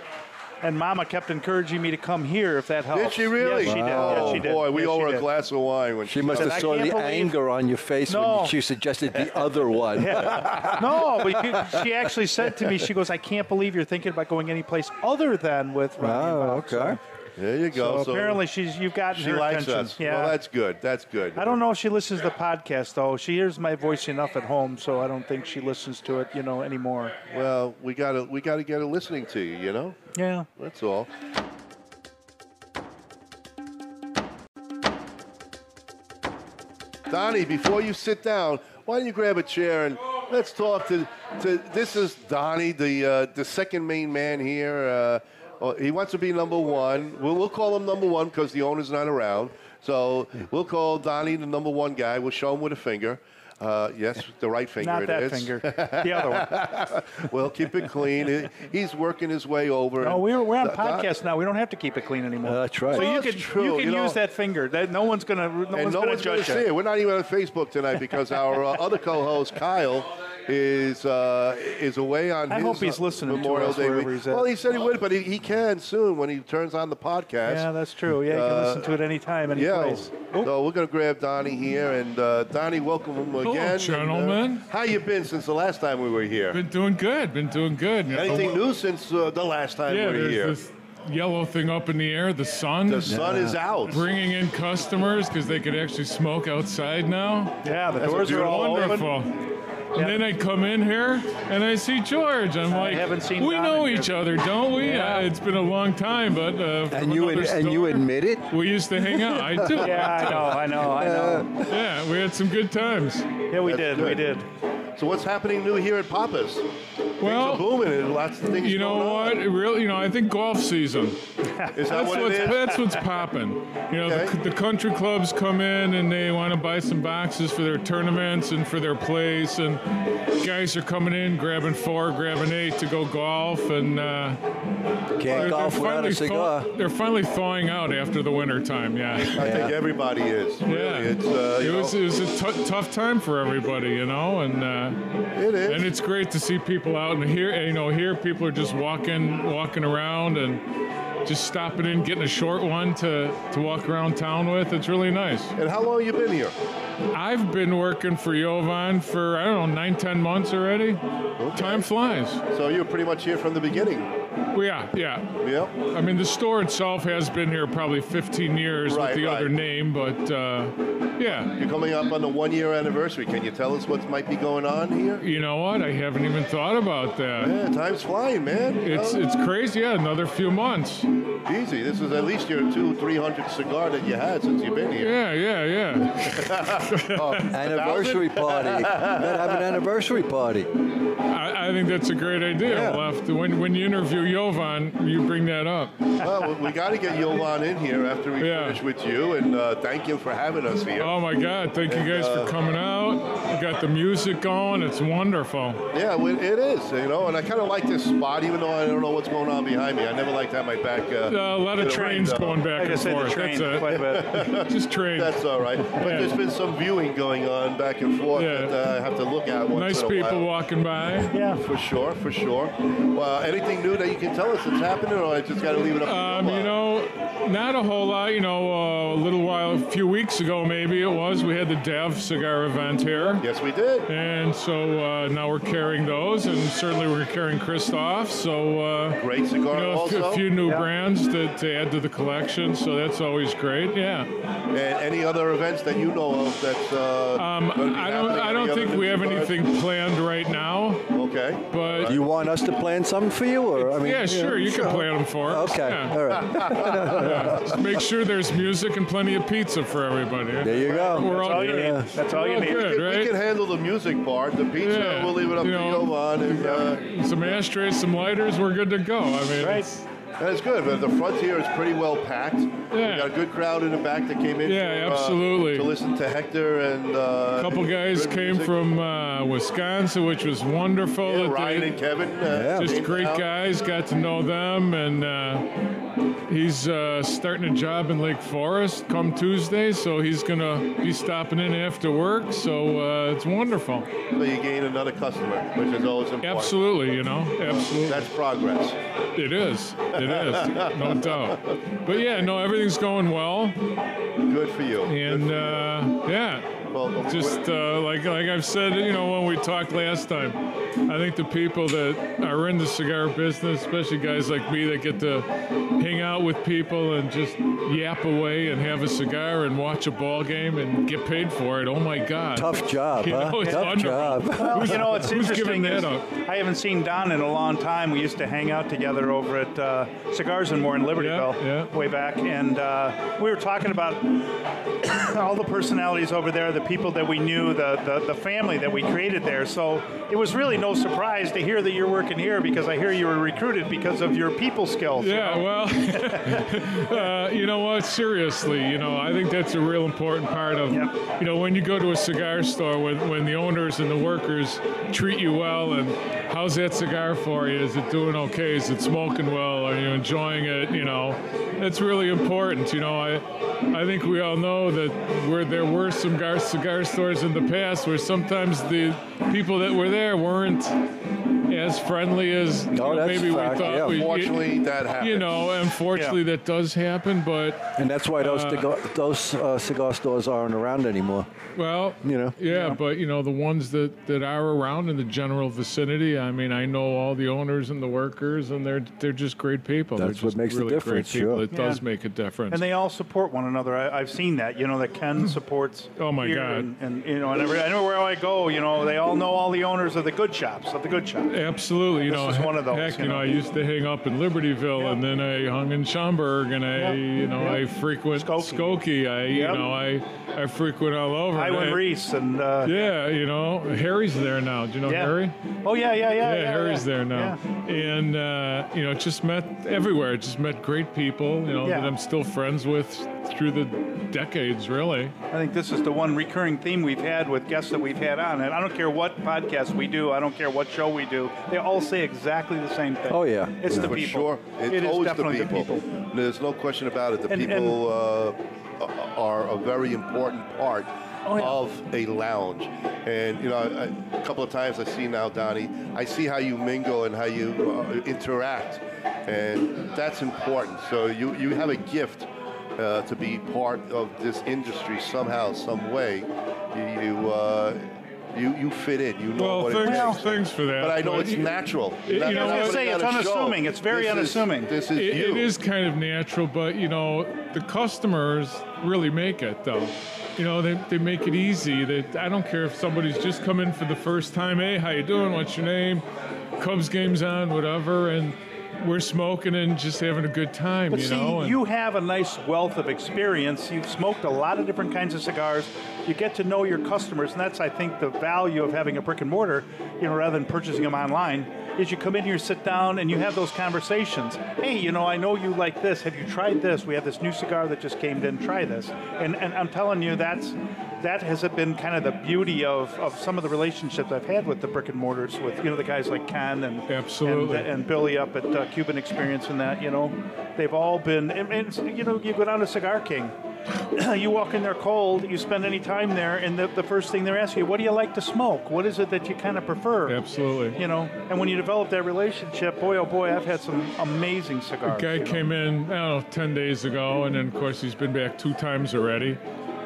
S3: and Mama kept encouraging me to come here if that helps.
S1: Did she really?
S3: Oh, Yes, she did. Yes,
S1: Oh
S3: she did.
S1: boy, we
S3: Yes,
S1: owe
S3: she
S1: her a
S3: did.
S1: glass of wine when she.
S5: She must
S3: said,
S5: have
S3: "I
S5: saw
S3: can't
S5: the
S3: believe-
S5: anger on your face
S3: No.
S5: when she suggested the other
S3: (laughs)
S5: one.
S3: (laughs) no, but you- she actually said to me, she goes, "I can't believe you're thinking about going anyplace other than with Ronnie." and
S5: Oh,
S3: Bob."
S5: okay.
S1: There you go.
S3: So, apparently, she's you've gotten
S1: she
S3: her
S1: likes
S3: attention.
S1: us.
S3: Yeah.
S1: Well, that's good. That's good.
S3: I don't know if she listens to the podcast though. She hears my voice enough at home, so I don't think she listens to it, you know, anymore.
S1: Well, we gotta we gotta get her listening to you. You know,
S3: Yeah.
S1: that's all. Donnie, before you sit down, why don't you grab a chair and let's talk to to this is Donnie, the uh, the second main man here. Uh, oh, he wants to be number one. We'll, we'll call him number one because the owner's not around. So we'll call Donnie the number one guy. We'll show him with a finger. Uh, yes, the right finger.
S3: Not
S1: it
S3: that
S1: is. (laughs)
S3: finger. The other one.
S1: well, keep it clean. He- He's working his way over.
S3: No,
S1: and
S3: Oh, we're, we're on
S1: Th- that-
S3: podcast now. We don't have to keep it clean anymore.
S5: Uh, that's right.
S3: So
S1: Well,
S3: you
S1: that's
S3: can
S1: true,
S3: you can
S1: you know.
S3: use that finger. That no one's gonna no
S1: and
S3: one's
S1: no
S3: gonna
S1: one's going to
S3: judge
S1: see
S3: you.
S1: it. We're not even on Facebook tonight because our uh, other co-host Kyle is uh, is away on
S3: I
S1: his
S3: hope he's
S1: uh,
S3: listening to
S1: Memorial
S3: us
S1: Day.
S3: wherever
S1: week.
S3: he's at.
S1: Well, he said he would, but he, he can soon when he turns on the podcast.
S3: Yeah, that's true. Yeah, you can
S1: Uh,
S3: listen to it anytime, any
S1: Yeah.
S3: place. Oh,
S1: So we're gonna grab Donnie here, and uh, Donnie, welcome again. And, uh,
S7: gentlemen.
S1: how you been since the last time we were here?
S7: Been doing good. Been doing good.
S1: Anything
S7: Uh,
S1: new since uh, the last time
S7: Yeah,
S1: we were
S7: there's
S1: here?
S7: this yellow thing up in the air. The sun.
S1: The sun is out.
S7: Bringing in customers because they could actually smoke outside now.
S3: yeah, the
S1: That's
S3: doors are all
S1: beautiful.
S3: open.
S7: Wonderful. And then I come in here and I see George. I'm like,
S3: haven't seen
S7: we
S3: Don
S7: know
S3: in here."
S7: each other, don't we?
S3: Yeah.
S7: Uh, it's been a long time, but uh, from
S5: And you
S7: another
S5: ad- and you
S7: store,
S5: admit it?
S7: we used to hang out. I
S3: (laughs)
S7: do.
S3: Yeah, I know, I know, I know.
S7: yeah, we had some good times.
S3: Yeah,
S1: (laughs)
S3: we
S1: That's
S3: did,
S1: good.
S3: we did.
S1: So what's happening new here at Papa's? Things are
S7: Well,
S1: booming and lots of things
S7: you know
S1: going
S7: what?
S1: on.
S7: It really, you know, I think golf season.
S1: Is that
S7: That's
S1: what
S7: what's
S1: it is?
S7: that's what's popping. You know,
S1: Okay.
S7: the, the country clubs come in and they want to buy some boxes for their tournaments and for their place, and guys are coming in grabbing four, grabbing eight to go golf, and uh,
S5: Can't golf without
S7: finally
S5: a
S7: thaw-
S5: cigar.
S7: (laughs) they're finally thawing out after the winter time. Yeah.
S1: I think everybody is. Really.
S7: Yeah,
S1: It's, uh,
S7: it
S1: you
S7: was
S1: know,
S7: it was a tou- tough time for everybody, you know, and uh,
S1: it is.
S7: and it's great to see people out and here, you know, here people are just walking, walking around and just stopping in, getting a short one to, to walk around town with. It's really nice.
S1: and how long you been here?
S7: I've been working for Yovan for, I don't know, nine, ten months already. Time flies.
S1: So you're pretty much here from the beginning.
S7: Well, yeah, yeah.
S1: Yeah.
S7: I mean, the store itself has been here probably 15 years
S1: Right,
S7: with the
S1: right.
S7: other name, but uh, yeah.
S1: You're coming up on the one year anniversary. Can you tell us what might be going on here?
S7: You know what? I haven't even thought about that.
S1: Yeah, time's flying, man. You
S7: It's
S1: know?
S7: it's crazy. Yeah, another few months.
S1: Easy. This is at least your two, three hundred cigar that you had since you've been here.
S7: Yeah, yeah, yeah.
S5: Anniversary party. You better have an anniversary party.
S7: I, I think that's a great idea.
S1: Yeah.
S7: We'll have to, when when you interview Yovan, you bring that up.
S1: Well, we, got to get Yolan in here after we
S7: Yeah.
S1: finish with you, and uh, thank you for having us here.
S7: Oh my God! Thank you guys for coming out. We got the music going. It's wonderful.
S1: Yeah, well, it is, you know, and I kind of like this spot, even though I don't know what's going on behind me. I never like to have my back. Uh,
S7: Uh, a lot
S1: to
S7: of
S1: the
S7: trains
S1: window.
S7: going
S3: I
S7: back and
S3: just said the
S7: forth.
S3: train quite
S7: That's
S3: a (laughs) bit.
S7: it. Just trains.
S1: That's all right. But
S7: Yeah.
S1: there's been some viewing going on back and forth
S7: Yeah.
S1: that uh, I have to look at once
S7: (laughs) Nice
S1: in a
S7: people
S1: while.
S7: walking by. Um,
S3: Yeah.
S1: For sure, for sure. Uh, anything new that you can tell us that's happening, or I just got to leave it up to
S7: Um,
S1: Yolan?
S7: you know, not a whole lot. You know, uh, a little while, a few weeks ago maybe it was. We had the Dev cigar event here.
S1: Yes, we did.
S7: And so uh, now we're carrying those, and certainly we're carrying Christoph. So uh,
S1: Great
S7: you
S1: cigar
S7: know, a few-
S1: also.
S7: a few new brands to, to add to the collection. So that's always great. Yeah.
S1: And any other events that you know of that's uh,
S7: Um,
S1: gonna be
S7: I
S1: happening
S7: don't. I
S1: any
S7: don't
S1: other
S7: think
S1: than
S7: we have
S1: cigars?
S7: anything planned right now,
S1: Okay.
S7: but.
S5: You want us to plan something for you, or I mean?
S7: yeah, sure. You can play them for us.
S5: Okay,
S7: Yeah.
S5: all right.
S7: Just make sure there's music and plenty of pizza for everybody.
S5: There you
S7: We're
S5: go.
S7: all,
S3: That's all you
S7: good.
S3: need. That's all you
S7: We're all
S3: need.
S7: good,
S1: We
S7: right?
S1: can handle the music part. The pizza,
S7: Yeah,
S1: we'll leave it up
S7: you
S1: to
S7: know.
S1: Yovan. And, uh,
S7: Some ashtrays, some lighters. We're good to go. I mean,
S3: Right.
S7: it's-
S1: and it's good. But the front here is pretty well packed. We
S7: Yeah.
S1: got a good crowd in the back that came in.
S7: Yeah,
S1: to, uh,
S7: absolutely.
S1: to listen to Hector and. Uh,
S7: A couple guys
S1: good
S7: came
S1: music.
S7: from uh, Wisconsin, which was wonderful.
S1: Yeah,
S7: that
S1: Ryan
S7: they-
S1: and Kevin. Uh,
S7: just
S1: came
S7: great
S1: down.
S7: guys. Got to know them, and uh, he's uh, starting a job in Lake Forest come Tuesday, so he's gonna be stopping in after work. So uh, it's wonderful.
S1: So you gain another customer, which is always important.
S7: Absolutely, you know, absolutely.
S1: That's progress.
S7: It is. It is. No doubt. But yeah, no, everything's going well,
S1: Good for you.
S7: and uh, yeah,
S1: well,
S7: just uh, like like I've said, you know, when we talked last time, I think the people that are in the cigar business, especially guys like me that get to hang out with people and just yap away and have a cigar and watch a ball game and get paid for it. Oh my God!
S5: Tough job,
S7: (laughs) You
S5: huh?
S7: know, it's
S5: Tough
S7: wonderful.
S5: job.
S3: Well, you know, it's
S7: (laughs) who's
S3: interesting.
S7: giving that
S3: is
S7: up?
S3: I haven't seen Don in a long time. We used to hang out together over at uh, Cigars and More in Libertyville
S7: Yeah, yeah.
S3: (coughs) way back, and uh, we were talking about all the personalities over there, the people that we knew, the, the, the family that we created there. So it was really no surprise to hear that you're working here because I hear you were recruited because of your people skills.
S7: Yeah, well, (laughs) uh, you know what? Seriously, you know, I think that's a real important part of,
S3: Yep.
S7: you know, when you go to a cigar store, when, when the owners and the workers treat you well, and how's that cigar for you? Is it doing okay? Is it smoking well? Are you enjoying it? You know, that's really important. You know, I, I think we all know that where there were some gar- cigar stores in the past where sometimes the people that were there weren't as friendly as you know,
S5: that's
S7: maybe we
S5: fact,
S7: thought
S5: yeah.
S7: we
S1: Fortunately, that happens.
S7: you know, unfortunately, that does happen. But
S5: And that's why those cigar, those uh, cigar stores aren't around anymore.
S7: well,
S5: You know.
S7: yeah, But you know, the ones that that are around in the general vicinity. I mean, I know all the owners and the workers, and they're they're just great people. They're
S5: That's what
S7: just
S5: makes the
S7: really great
S5: difference,
S7: people.
S5: sure.
S7: It does
S3: Yeah.
S7: make a difference.
S3: And they all support one another. I, I've seen that. You know, that Ken supports.
S7: Oh, my
S3: here
S7: God.
S3: And, and you know, and every, anywhere I go, you know, they all know all the owners of the good shops of the good shop.
S7: Absolutely, you
S3: This
S7: know.
S3: is one of those,
S7: Heck, you
S3: you
S7: know,
S3: know.
S7: I used to hang up in Libertyville, and then I hung in Schaumburg, and I,
S3: Yeah.
S7: you know, I frequent
S3: Skokie.
S7: Skokie. I, you
S3: Yep.
S7: know, I, I frequent all over.
S3: I
S7: And
S3: went
S7: I-
S3: Reese and. Uh,
S7: Yeah, you know, Harry's there now. Do you know
S3: yeah.
S7: Harry?
S3: Oh yeah, yeah, yeah.
S7: yeah, Harry's there now, and uh, you know, just met everywhere. Just met great people, you know,
S3: Yeah.
S7: that I'm still friends with through the decades, really.
S3: I think this is the one recurring theme we've had with guests that we've had on. And I don't care what podcast we do, I don't care what show we do, they all say exactly the same thing.
S5: Oh, yeah.
S3: It's the
S1: For
S3: people.
S1: sure. It's
S3: It is
S1: always
S3: definitely
S1: the, people. There's no question about it. The
S3: And-
S1: people uh, are a very important part
S3: Oh, yeah.
S1: of a lounge. And, you know, I, a couple of times I see now, Donnie, I see how you mingle and how you uh, interact. And that's important. So you, you have a gift. Uh, to be part of this industry somehow, some way, you you, uh, you, you fit in. You know
S7: Well,
S1: what
S7: thanks,
S1: it takes.
S7: thanks for that.
S1: But I know it's
S7: you-
S1: natural.
S7: you
S1: Not-
S7: know
S1: not
S7: what? I was
S1: putting
S3: gonna say,
S1: on
S3: it's
S1: a show.
S3: unassuming. It's very
S1: This is-
S3: unassuming.
S1: this is
S7: It,
S1: you.
S7: it is kind of natural, but you know, the customers really make it though. You know, they, they make it easy. They, I don't care if somebody's just come in for the first time. Hey, how you doing? What's your name? Cubs game's on, whatever, and we're smoking and just having a good time.
S3: But
S7: you
S3: see,
S7: know, and-
S3: you have a nice wealth of experience. You've smoked a lot of different kinds of cigars. You get to know your customers, and that's, I think, the value of having a brick and mortar, you know, rather than purchasing them online. Is you come in here, sit down, and you have those conversations. Hey, you know, I know you like this. Have you tried this? We have this new cigar that just came in. Try this. And and I'm telling you, that's that has been kind of the beauty of, of some of the relationships I've had with the brick and mortars, with you know the guys like Ken and
S7: Absolutely.
S3: and, and Billy up at uh, Cuban Experience and that, you know, they've all been, and, and you know, you go down to Cigar King, (clears throat) you walk in there cold, you spend any time there, and the, the first thing they're asking you, what do you like to smoke? What is it that you kind of prefer?
S7: Absolutely.
S3: You know, and when you develop that relationship, boy, oh boy, I've had some amazing cigars.
S7: Guy
S3: you know.
S7: came in, I don't know, 10 days ago, and then, of course, he's been back two times already.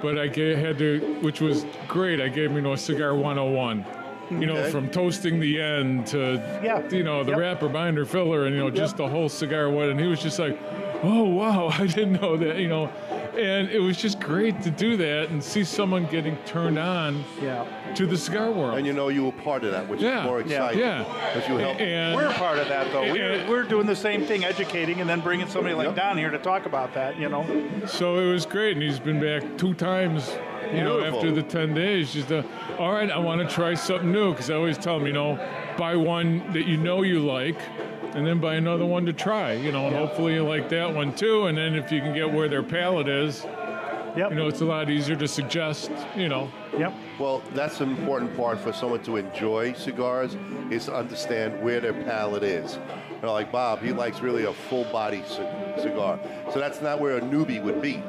S7: But I ga- had to, which was great, I gave him, you know, a Cigar 101. You know,
S1: Okay.
S7: from toasting the end to,
S3: Yeah.
S7: you know, the
S3: Yep.
S7: wrapper, binder, filler, and, you know, just the whole cigar one. And he was just like, oh, wow, (laughs) I didn't know that, you know. And it was just great to do that and see someone getting turned on
S3: Yeah.
S7: to the cigar world.
S1: And you know you were part of that, which
S7: yeah.
S1: is more exciting.
S7: Yeah.
S1: Because you helped.
S7: And-
S3: We're a part of that, though. We're,
S7: Yeah.
S3: we're doing the same thing, educating, and then bringing somebody like
S1: Yep.
S3: Don here to talk about that, you know.
S7: So it was great, and he's been back two times. You know,
S1: Beautiful.
S7: after the ten days, just uh, all right. I want to try something new because I always tell him, you know, buy one that you know you like, and then buy another one to try. You know, and hopefully you like that one too. And then if you can get where their palate is,
S3: Yep.
S7: you know, it's a lot easier to suggest. You know,
S3: Yep.
S1: Well, that's an important part for someone to enjoy cigars is to understand where their palate is. You know, like Bob, he likes really a full body c- cigar. So that's not where a newbie would be.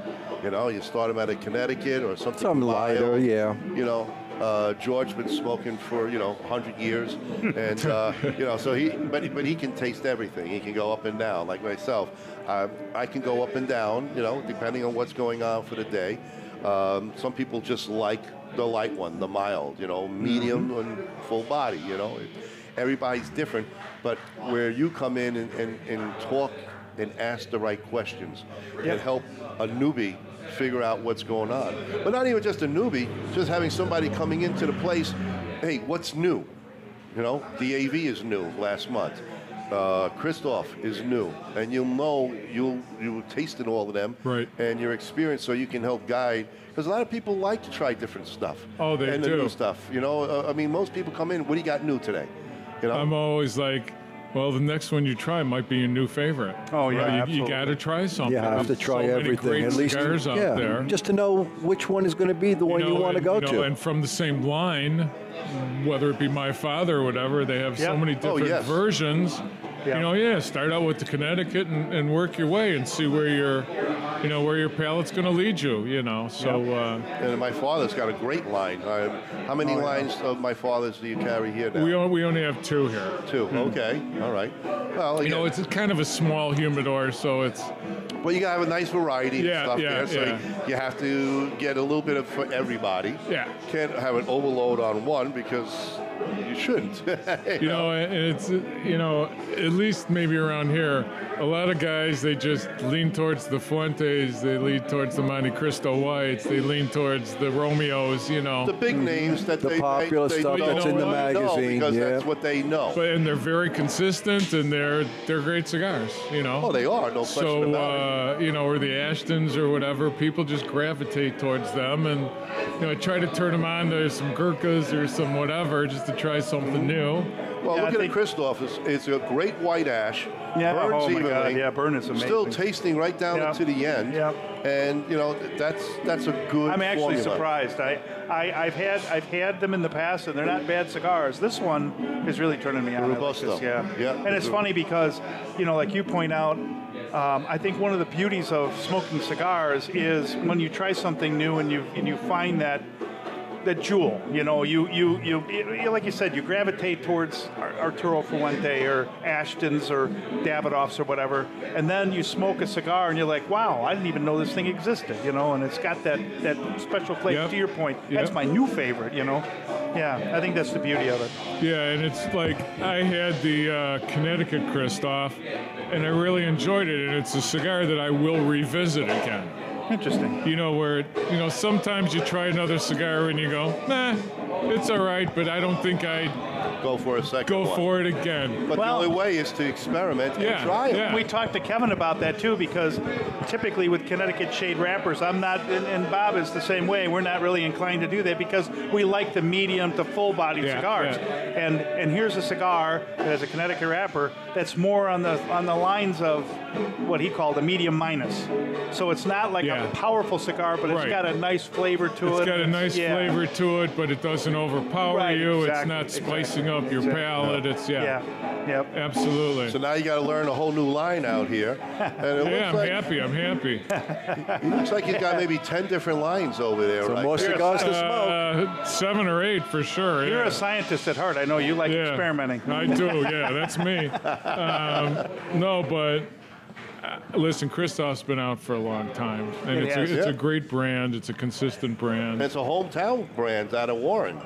S1: You know, you start him out of Connecticut or something.
S5: Some lighter,
S1: mild.
S5: yeah.
S1: You know, uh, George's been smoking for you know 100 years, and uh, you know, so he but he- but he can taste everything. He can go up and down, like myself. I, I can go up and down, you know, depending on what's going on for the day. Um, some people just like the light one, the mild, you know, medium and full body. You know, everybody's different, but where you come in and, and, and talk and ask the right questions and help a newbie figure out what's going on. But not even just a newbie, just having somebody coming into the place, hey, what's new? You know, the AV is new last month. Uh, Christoph is new, and you'll know you'll you tasted all of them,
S7: Right.
S1: And your experience, so you can help guide. Because a lot of people like to try different stuff.
S7: Oh, they
S1: and the
S7: do.
S1: new stuff. You know, uh, I mean, most people come in. What do you got new today? You know,
S7: I'm always like, well, the next one you try might be your new favorite.
S3: Oh, yeah,
S7: you, you
S3: absolutely.
S7: got to try something.
S5: Yeah, I have to
S7: There's
S5: try
S7: so many
S5: everything.
S7: great
S5: At least,
S7: cigars out
S5: yeah,
S7: there.
S5: just to know which one is going to be the one you
S7: know,
S5: want to
S7: and,
S5: go
S7: you know,
S5: to.
S7: And from the same line, whether it be my father or whatever, they have so
S3: Yeah.
S7: many
S1: Oh,
S7: different
S1: yes.
S7: versions.
S3: Yeah.
S7: You know, yeah, start out with the Connecticut and, and work your way and see where your, you know, where your palate's going to lead you. You know, so uh,
S1: and my father's got a great line. I, how many lines of my father's do you carry here now?
S7: Oh, we on, we only have two here.
S1: Two. Okay. All right. Well,
S7: Mm-hmm. You
S1: again,
S7: know, it's kind of a small humidor, so it's
S1: Well, you gotta have a nice variety
S7: Yeah,
S1: and stuff
S7: yeah,
S1: there, so
S7: yeah.
S1: you- you have to get a little bit of for everybody.
S7: Yeah.
S1: Can't have an overload on one because you shouldn't. (laughs)
S7: you know, and it's you know, at least maybe around here, a lot of guys they just lean towards the Fuentes, they lean towards the Monte Cristo Whites, they lean towards the Romeos, you know.
S1: the big names that
S5: The
S1: they
S5: popular
S1: they, they
S5: stuff
S1: know
S7: that's in the
S1: what they know
S5: magazine,
S1: because
S5: yeah.
S1: that's what they know.
S7: but and they're very consistent and they're they're great cigars, you know.
S1: oh, they are no question
S7: so
S1: about it.
S7: uh, you know, or the Ashtons or whatever, people just gravitate towards them, and you know, I try to turn them on to some Gurkhas or some whatever, just to try something
S1: Mm-hmm.
S7: new.
S1: Well,
S3: Yeah, I
S1: look at a
S3: think-
S1: Christoph. It's, it's a great white ash.
S3: Yeah,
S1: Burns
S3: oh my
S1: evenly,
S3: God, yeah, burn is amazing.
S1: Still tasting right down
S3: Yeah.
S1: to the end.
S3: Yeah.
S1: And you know that's that's a good.
S3: I'm actually
S1: formula.
S3: surprised. I, I, I've had I've had them in the past, and they're not bad cigars. This one is really turning me on. I like
S1: Robusto.
S3: this, yeah.
S1: Yeah.
S3: And it's funny because, you know, like you point out, um, I think one of the beauties of smoking cigars is when you try something new and you and you find that that jewel. You know, you you you, you like you said, you gravitate towards Ar- Arturo Fuente or Ashton's or Davidoff's or whatever, and then you smoke a cigar and you're like, wow, I didn't even know this thing existed. You know, and it's got that that special flavor.
S7: Yep.
S3: To your point, that's
S7: Yep.
S3: my new favorite. You know, yeah, I think that's the beauty of it.
S7: Yeah, and it's like I had the uh, Connecticut Christoph, and I really enjoyed it, and it's a cigar that I will revisit again.
S3: Interesting.
S7: You know, where, you know, sometimes you try another cigar and you go, nah, it's all right, but I don't think I'd
S1: Go for a second.
S7: go
S1: one.
S7: for it again.
S1: But
S3: Well-
S1: the only way is to experiment and
S7: Yeah,
S1: try it.
S7: yeah.
S3: We talked to Kevin about that too because typically with Connecticut shade wrappers, I'm not, and, and Bob is the same way. We're not really inclined to do that because we like the medium to full bodied
S7: Yeah,
S3: cigars.
S7: yeah.
S3: And and here's a cigar that has a Connecticut wrapper that's more on the on the lines of what he called a medium minus. So it's not like
S7: Yeah.
S3: a powerful cigar, but it's
S7: Right.
S3: got a nice flavor to it.
S7: It's got a nice
S3: Yeah.
S7: flavor to it, but it doesn't overpower
S3: Right,
S7: you. It's
S3: exactly,
S7: not spicing
S3: exactly,
S7: up your
S3: exactly.
S7: palate. It's, yeah,
S3: Yeah. Yep.
S1: So
S7: absolutely.
S1: now you got to learn a whole new line out here, and it looks
S7: Yeah, I'm
S1: like
S7: happy.
S3: (laughs)
S7: I'm happy.
S1: it looks like he's got maybe ten different lines over there.
S5: so
S1: right?
S5: more cigars to smoke.
S7: Uh, seven or eight for sure.
S3: You're
S7: yeah.
S3: a scientist at heart. I know you like
S7: Yeah,
S3: experimenting.
S7: I do, yeah, that's me. Um, no, but uh, listen, Christoph's been out for a long time, and
S3: It
S7: it's,
S3: has.
S7: a, it's a
S1: Yeah.
S7: great brand. It's a consistent brand.
S1: It's a hometown brand out of Warren.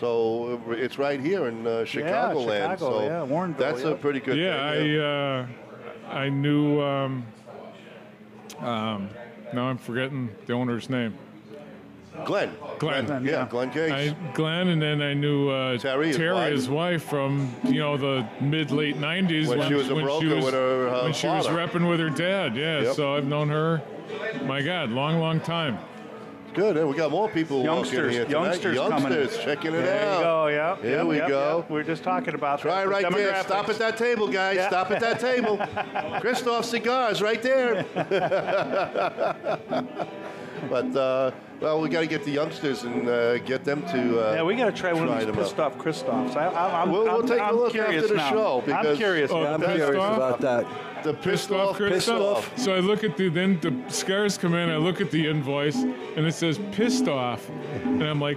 S1: So uh, it's right here in uh, Chicagoland.
S3: Chicago,
S1: so
S3: yeah, Warrenville,
S1: That's a
S3: yeah.
S1: pretty good
S7: yeah,
S1: thing.
S7: I uh, I knew. Um, um, now I'm forgetting the owner's name.
S1: yeah. Glenn.
S7: Glenn. uh, Glenn,
S1: Yeah,
S3: yeah.
S1: Glenn Case.
S7: I, Glenn, and then I knew uh,
S1: Terry, his wife.
S7: his wife, from you know the mid late '90s
S1: When she was a broker with her, uh,
S7: when she was
S1: father.
S7: repping with her dad. Yeah,
S1: Yep.
S7: so I've known her. My God, long, long time.
S1: good. And we got more people walking
S3: Youngsters,
S1: here tonight.
S3: youngsters, coming.
S1: youngsters checking it
S3: there
S1: out.
S3: you go. Yeah.
S1: Here
S3: yep,
S1: we
S3: yep,
S1: go.
S3: yep. We We're just talking about
S1: Try
S3: that.
S1: right there. Stop at that table, guys.
S3: Yeah.
S1: Stop at that
S7: (laughs)
S1: table. Christoph Cigars, right there. but, uh, well, we got to get the youngsters and uh, get them to. Uh,
S3: Yeah, we got to try one
S1: Try
S3: of these
S1: them up.
S3: pissed off Christophs. I, I, I'm,
S1: We'll- we'll
S3: I'm,
S1: take a
S3: I'm
S1: look
S3: curious
S1: after the
S3: now.
S1: show,
S3: I'm
S1: because-
S3: curious.
S7: Oh,
S5: Yeah, I'm
S7: Pissed
S5: curious
S7: off?
S5: about that.
S1: the pissed
S7: Pissed off,
S1: off
S7: Chris
S1: Christoph.
S7: So I look at the then the scars come in. I look at the invoice and it says pissed off, and I'm like,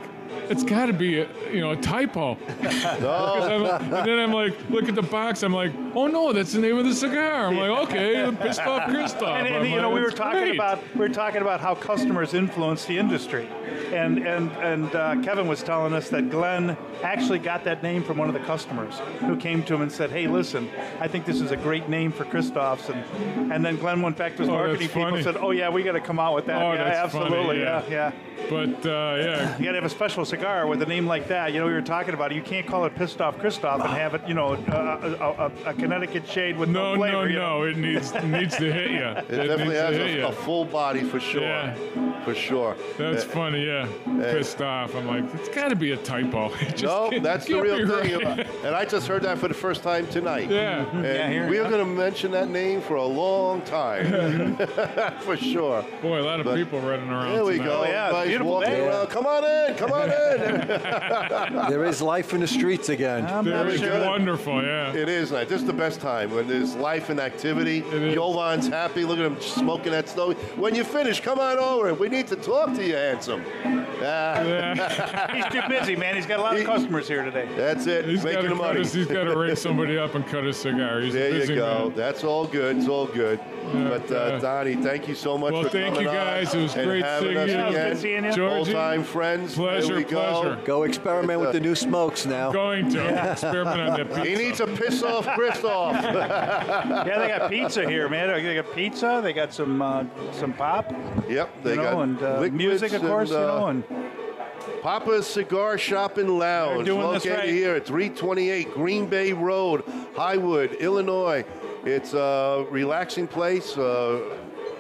S7: it's got to be a, you know a typo. (laughs) 'Cause I'm- and then I'm like, look at the box. I'm like, oh no, that's the name of the cigar. I'm like, okay, pissed off Christoph.
S3: And,
S7: I'm
S3: and you
S7: like,
S3: know, we were
S7: "It's
S3: talking
S7: great."
S3: about we were talking about how customers influence the industry, and and and uh, Kevin was telling us that Glenn actually got that name from one of the customers who came to him and said, "Hey, listen, I think this is a great name for Christophs," and and then Glenn went back to his
S7: Oh, that's
S3: marketing people
S7: funny.
S3: and said, "Oh yeah, we got to come out with that.
S7: Oh,
S3: yeah,
S7: that's funny,
S3: absolutely,
S7: yeah.
S3: yeah, yeah.
S7: But uh, yeah,
S1: (laughs)
S3: You got to have a special commercial cigar with a name like that, you know, we were talking about it. You can't call it Pissed Off Christoph and have it, you know, a, a, a, a Connecticut shade with no,
S7: No, no,
S3: flavor. you know.
S7: no. It needs it needs to
S1: (laughs)
S7: hit you.
S1: It, definitely
S7: needs to
S1: has
S7: hit
S1: a,
S7: ya.
S1: a full body for sure.
S7: Yeah.
S1: For sure.
S7: That's funny, yeah. Pissed off. I'm like, it's got to be a typo. (laughs) It just
S1: No,
S7: can't-
S1: that's the
S7: can't
S1: real
S7: be
S1: thing.
S7: right.
S1: And I just heard that for the first time tonight.
S7: (laughs) Yeah.
S3: Yeah, here-
S1: And we are going to mention that name for a long
S7: (laughs)
S1: time, (laughs) for sure.
S7: Boy, a lot of
S1: But-
S7: people running around.
S1: There we
S7: tonight.
S1: go.
S3: Oh, yeah,
S1: Everybody's
S3: beautiful
S1: walking
S3: day.
S1: around. Come on in. Come on in.
S5: There is life in the streets again.
S3: I'm not
S7: Very
S1: Very
S3: sure.
S1: good. (laughs)
S7: wonderful, yeah.
S1: it is nice. This is the best time when there's life and activity.
S7: is.
S1: Jovan's happy. Look at him smoking that snow. When you finish, come on over. We need to talk to you, handsome. Ah,
S3: He's too busy, man. He's got a lot of customers here today.
S1: that's it.
S7: He's got
S1: Making
S7: to
S1: the
S7: cut
S1: money.
S7: us, he's got to ring somebody up and cut a cigar. He's a
S1: (laughs) There you
S7: busy
S1: go.
S7: man.
S1: That's all good. It's all good. but uh,
S7: Okay.
S1: Donnie, thank you so much
S7: Well,
S1: for
S7: thank
S1: coming
S7: you guys.
S1: on
S7: It was
S1: and
S7: great
S1: having
S7: seeing
S1: us
S7: you.
S3: Yeah, it was
S1: again.
S3: good seeing you.
S7: Georgie,
S1: Old-time friends.
S7: Pleasure,
S1: there we go.
S7: pleasure.
S5: Go experiment with the new smokes now.
S1: (laughs)
S7: Going to experiment on that pizza.
S1: He needs to piss off Christoph.
S3: Yeah, they got pizza here, man. They got pizza. They got some uh, some pop,
S1: (laughs) yep, they
S3: you know,
S1: got
S3: and uh,
S1: liquids
S3: music, of
S1: and,
S3: course, you
S1: uh,
S3: know, and
S1: Papa's Cigar Shop and Lounge,
S3: They're doing this
S1: located
S3: right.
S1: here at 328 Green Bay Road, Highwood, Illinois. It's a relaxing place uh,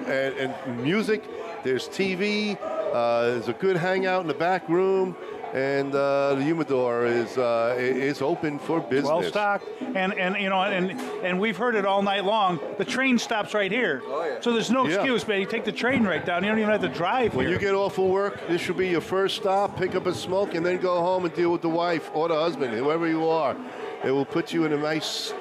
S1: and, and music. There's TV. Uh, there's a good hangout in the back room, and uh, the humidor is uh, i- is open for business.
S3: well stocked, and and you know, and and we've heard it all night long. The train stops right here, oh, yeah. so there's no
S1: Yeah.
S3: excuse, man. You take the train right down. You don't even have to drive
S1: When
S3: here.
S1: you get off of work, this should be your first stop. Pick up a smoke and then go home and deal with the wife or the husband, whoever you are. It will put you in a nice,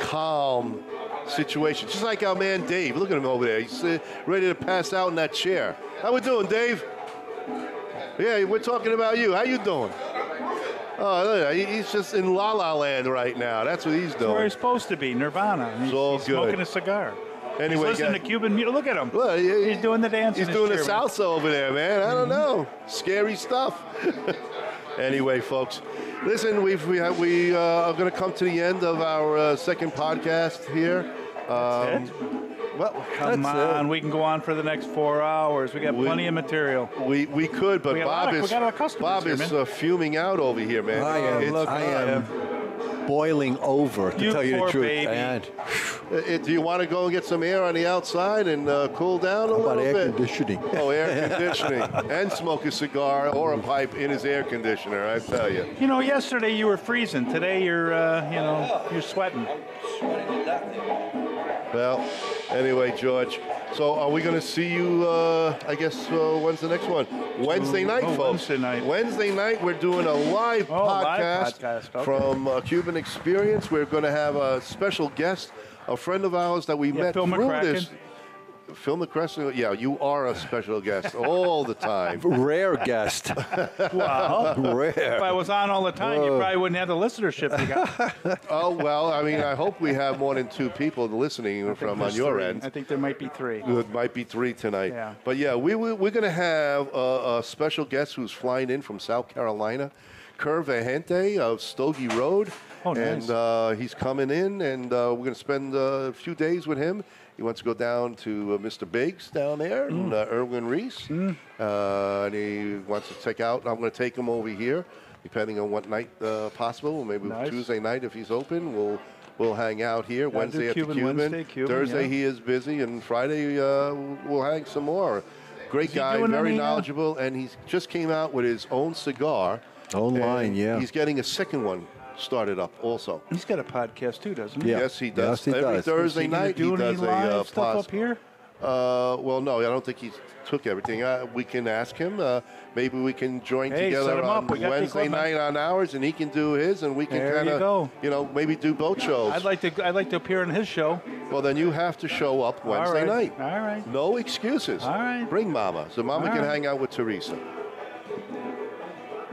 S1: calm situation. Just like our man Dave. Look at him over there. He's uh, ready to pass out in that chair. How we doing, Dave? Yeah, we're talking about you. How you doing? Oh, look, at that. He- he's just in La La Land right now. That's what he's
S3: That's where
S1: doing.
S3: he's supposed to be, Nirvana. He's,
S1: all
S3: he's
S1: good.
S3: smoking a cigar.
S1: Anyway,
S3: he's listening
S1: guys-
S3: to Cuban music. Look at him.
S1: Look, he-
S3: he's doing the dance. in
S1: He's
S3: his
S1: doing the
S3: chair, man.
S1: salsa over there, man. I don't know. Scary stuff. (laughs) anyway, folks, listen, we've, we have, we uh, are going to come to the end of our uh, second podcast here. Um,
S3: That's it.
S1: well,
S3: Come
S5: That's
S3: on,
S5: it.
S3: we can go on for the next four hours. We got
S1: We-
S3: plenty of material.
S1: we, we could, but
S3: We got a lot
S1: Bob
S3: of- we
S1: is
S3: got a lot of customers
S1: Bob
S3: here,
S1: is
S3: man.
S1: uh, fuming out over here, man.
S5: I
S1: It's- um,
S5: am, I am boiling over, to
S3: You
S5: tell you
S3: poor
S5: the truth.
S3: baby.
S5: And
S1: it- do you want to go and get some air on the outside and uh, cool down a
S5: how about
S1: little
S5: air
S1: bit?
S5: conditioning?
S1: Oh,
S5: (laughs)
S1: air conditioning, and smoke a cigar or a pipe in his air conditioner. I tell you.
S3: You know, yesterday you were freezing. Today you're, uh, you know, you're
S1: (laughs)
S3: sweating.
S1: Well, anyway, George. So, are we going to see you? Uh, I guess uh, when's the next one? Wednesday night,
S3: oh,
S1: folks.
S3: Wednesday night.
S1: Wednesday night, we're doing a live
S3: Oh, live
S1: podcast,
S3: podcast, okay.
S1: from uh, Cuban Experience. We're going to have a special guest, a friend of ours that we
S3: Yeah,
S1: met
S3: Phil
S1: through
S3: McCracken.
S1: this. Phil McCracken. Yeah, you are a special guest all the
S3: (laughs)
S1: time.
S5: Rare (laughs) guest.
S3: Wow.
S5: Rare.
S3: if I was on all the time, you probably wouldn't have the listenership
S1: (laughs)
S3: you got.
S1: Oh well, I mean, I hope we have more than two people listening from on
S3: There's
S1: your
S3: three.
S1: end.
S3: I think there might be three.
S1: It might be three tonight.
S3: Yeah.
S1: But yeah, we, we, we're going to have a, a special guest who's flying in from South Carolina, Kerr Vahente of Stogie Road.
S3: Oh, nice.
S1: And uh, he's coming in, and uh, we're going to spend uh, a few days with him. He wants to go down to uh, Mr. Biggs down there,
S3: Mm.
S1: and uh, Erwin Reese. Uh, and he wants to check out. I'm going to take him over here, depending on what night uh, possible. Maybe
S3: Nice.
S1: Tuesday night if he's open. We'll we'll hang out here.
S3: Gotta do
S1: Wednesday at the
S3: Cuban,
S1: Cuban.
S3: Wednesday, Cuban,
S1: Thursday
S3: yeah.
S1: he is busy, and Friday uh, we'll hang some more. Great
S3: he
S1: guy,
S3: doing
S1: very
S3: any, uh,
S1: knowledgeable, and he's just came out with his own cigar.
S5: Online,
S1: and
S5: yeah.
S1: He's getting a second one started up also.
S3: He's got a podcast too, doesn't he?
S5: Yeah.
S1: Yes, he does.
S5: Yes, he
S1: Every
S5: does.
S1: Thursday
S3: Is he gonna
S1: night
S3: do
S1: he
S3: any
S1: does a
S3: live
S1: uh,
S3: stuff
S1: pos-
S3: up here?
S1: Uh, well, no, I don't think he took everything. Uh, we can ask him. Uh, maybe we can join
S3: Hey, set
S1: together
S3: him
S1: on
S3: up. We got the
S1: Wednesday
S3: equipment.
S1: night on ours, and he can do his, and we can
S3: There you
S1: kind of,
S3: go.
S1: you know, maybe do both shows.
S3: I'd like to. I'd like to appear on his show.
S1: well, then you have to show up Wednesday
S3: All right.
S1: night.
S3: All right.
S1: No excuses.
S3: All right.
S1: Bring Mama, so Mama
S3: All
S1: can
S3: right.
S1: hang out with Teresa.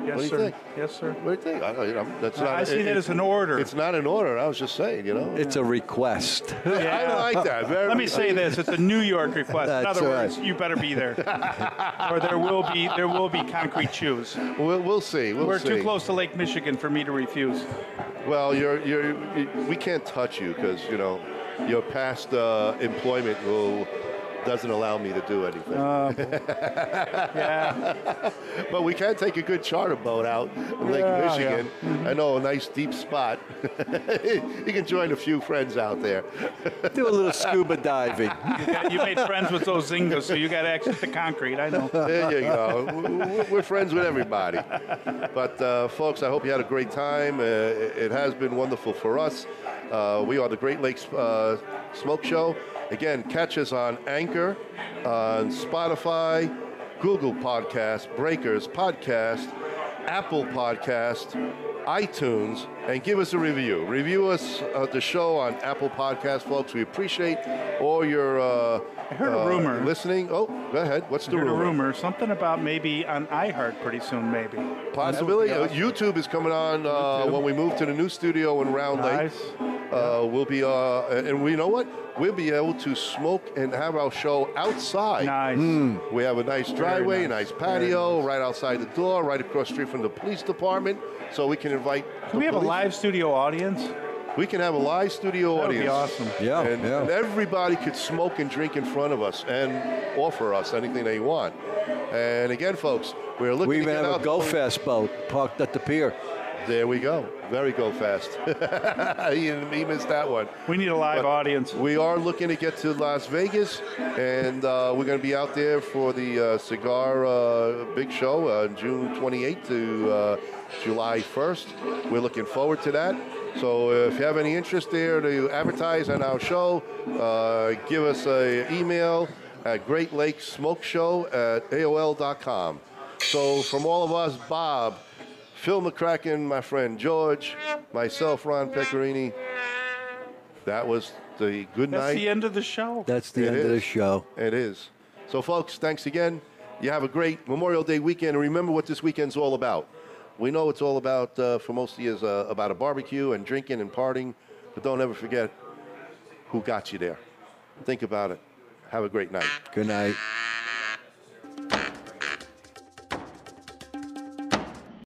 S3: Yes,
S1: do you
S3: sir.
S1: think?
S3: Yes, sir.
S1: What do you think? I, I, I'm- that's not,
S3: I see
S1: it-
S3: that
S1: it-
S3: as an order.
S1: It's not an order. I was just saying, you know.
S5: It's a request.
S3: Yeah.
S1: (laughs) I like that. Very,
S3: Let me say this: it's a New York request. In
S5: That's
S3: other
S5: right.
S3: words, you better
S1: (laughs)
S3: be there, or there will be there will be concrete shoes.
S1: We'll, we'll see. We'll
S3: We're
S1: see.
S3: too close to Lake Michigan for me to refuse.
S1: Well, you're, you're, you- we can't touch you because you know your past uh, employment will doesn't allow me to do anything.
S3: Oh,
S1: (laughs)
S3: Yeah.
S1: but we can take a good charter boat out of Lake
S3: Yeah,
S1: Michigan. I know a nice deep spot. (laughs) you can join a few friends out there.
S5: Do a little scuba diving.
S3: you made friends with those zingos, so you got access to concrete.
S1: (laughs)
S3: I know.
S1: There you go. W- w- We're friends with everybody. But, uh, folks, I hope you had a great time. Uh, it it has been wonderful for us. Uh, we are the Great Lakes uh, Smoke Show. Again, catch us on Anchor, on Spotify, Google Podcast, Breakers Podcast, Apple Podcast, iTunes, and give us a review. Review us uh, the show on Apple Podcast, folks. We appreciate all your. Uh, I
S3: heard a rumor.
S1: Listening. Oh, go ahead. What's the
S3: Heard a
S1: rumor?
S3: rumor, something about maybe on iHeart pretty soon, maybe.
S1: Possibility. Uh, YouTube is coming on uh, when we move to the new studio in Round Lake.
S3: Nice.
S1: Uh, we'll be, uh, and we you know what? We'll be able to smoke and have our show outside.
S3: Nice.
S1: We have a nice driveway, a nice patio, right outside the door, right across the street from the police department, so we can invite.
S3: Can we have a live studio audience?
S1: We can have a live studio
S3: That would be
S1: audience.
S3: awesome.
S5: Yeah,
S1: and,
S5: yeah.
S1: and everybody could smoke and drink in front of us and offer us anything they want. And again, folks, we're looking
S5: We
S1: to
S5: even
S1: get
S5: have
S1: out
S5: a
S1: the
S5: Go
S1: twenty-
S5: Fest boat parked at the pier.
S1: There we go. Very go fast. (laughs) he, he missed that one.
S3: We need a live
S1: But
S3: audience.
S1: We are looking to get to Las Vegas, and uh, we're going to be out there for the uh, cigar uh, big show uh, June 28th to uh, July 1st. We're looking forward to that. So uh, if you have any interest there to advertise on our show, uh, give us an email at Great Lakes Smoke Show at AOL.com. So from all of us, Bob, Phil McCracken, my friend George, myself, Ron Pecorini, that was the good
S3: That's
S1: night.
S3: the end of the show.
S5: That's the
S1: It
S5: end of the
S1: is.
S5: show.
S1: It is. So, folks, thanks again. You have a great Memorial Day weekend. And remember what this weekend's all about. We know it's all about, uh, for most of you, is uh, about a barbecue and drinking and partying. But don't ever forget who got you there. Think about it. Have a great night.
S5: Good night.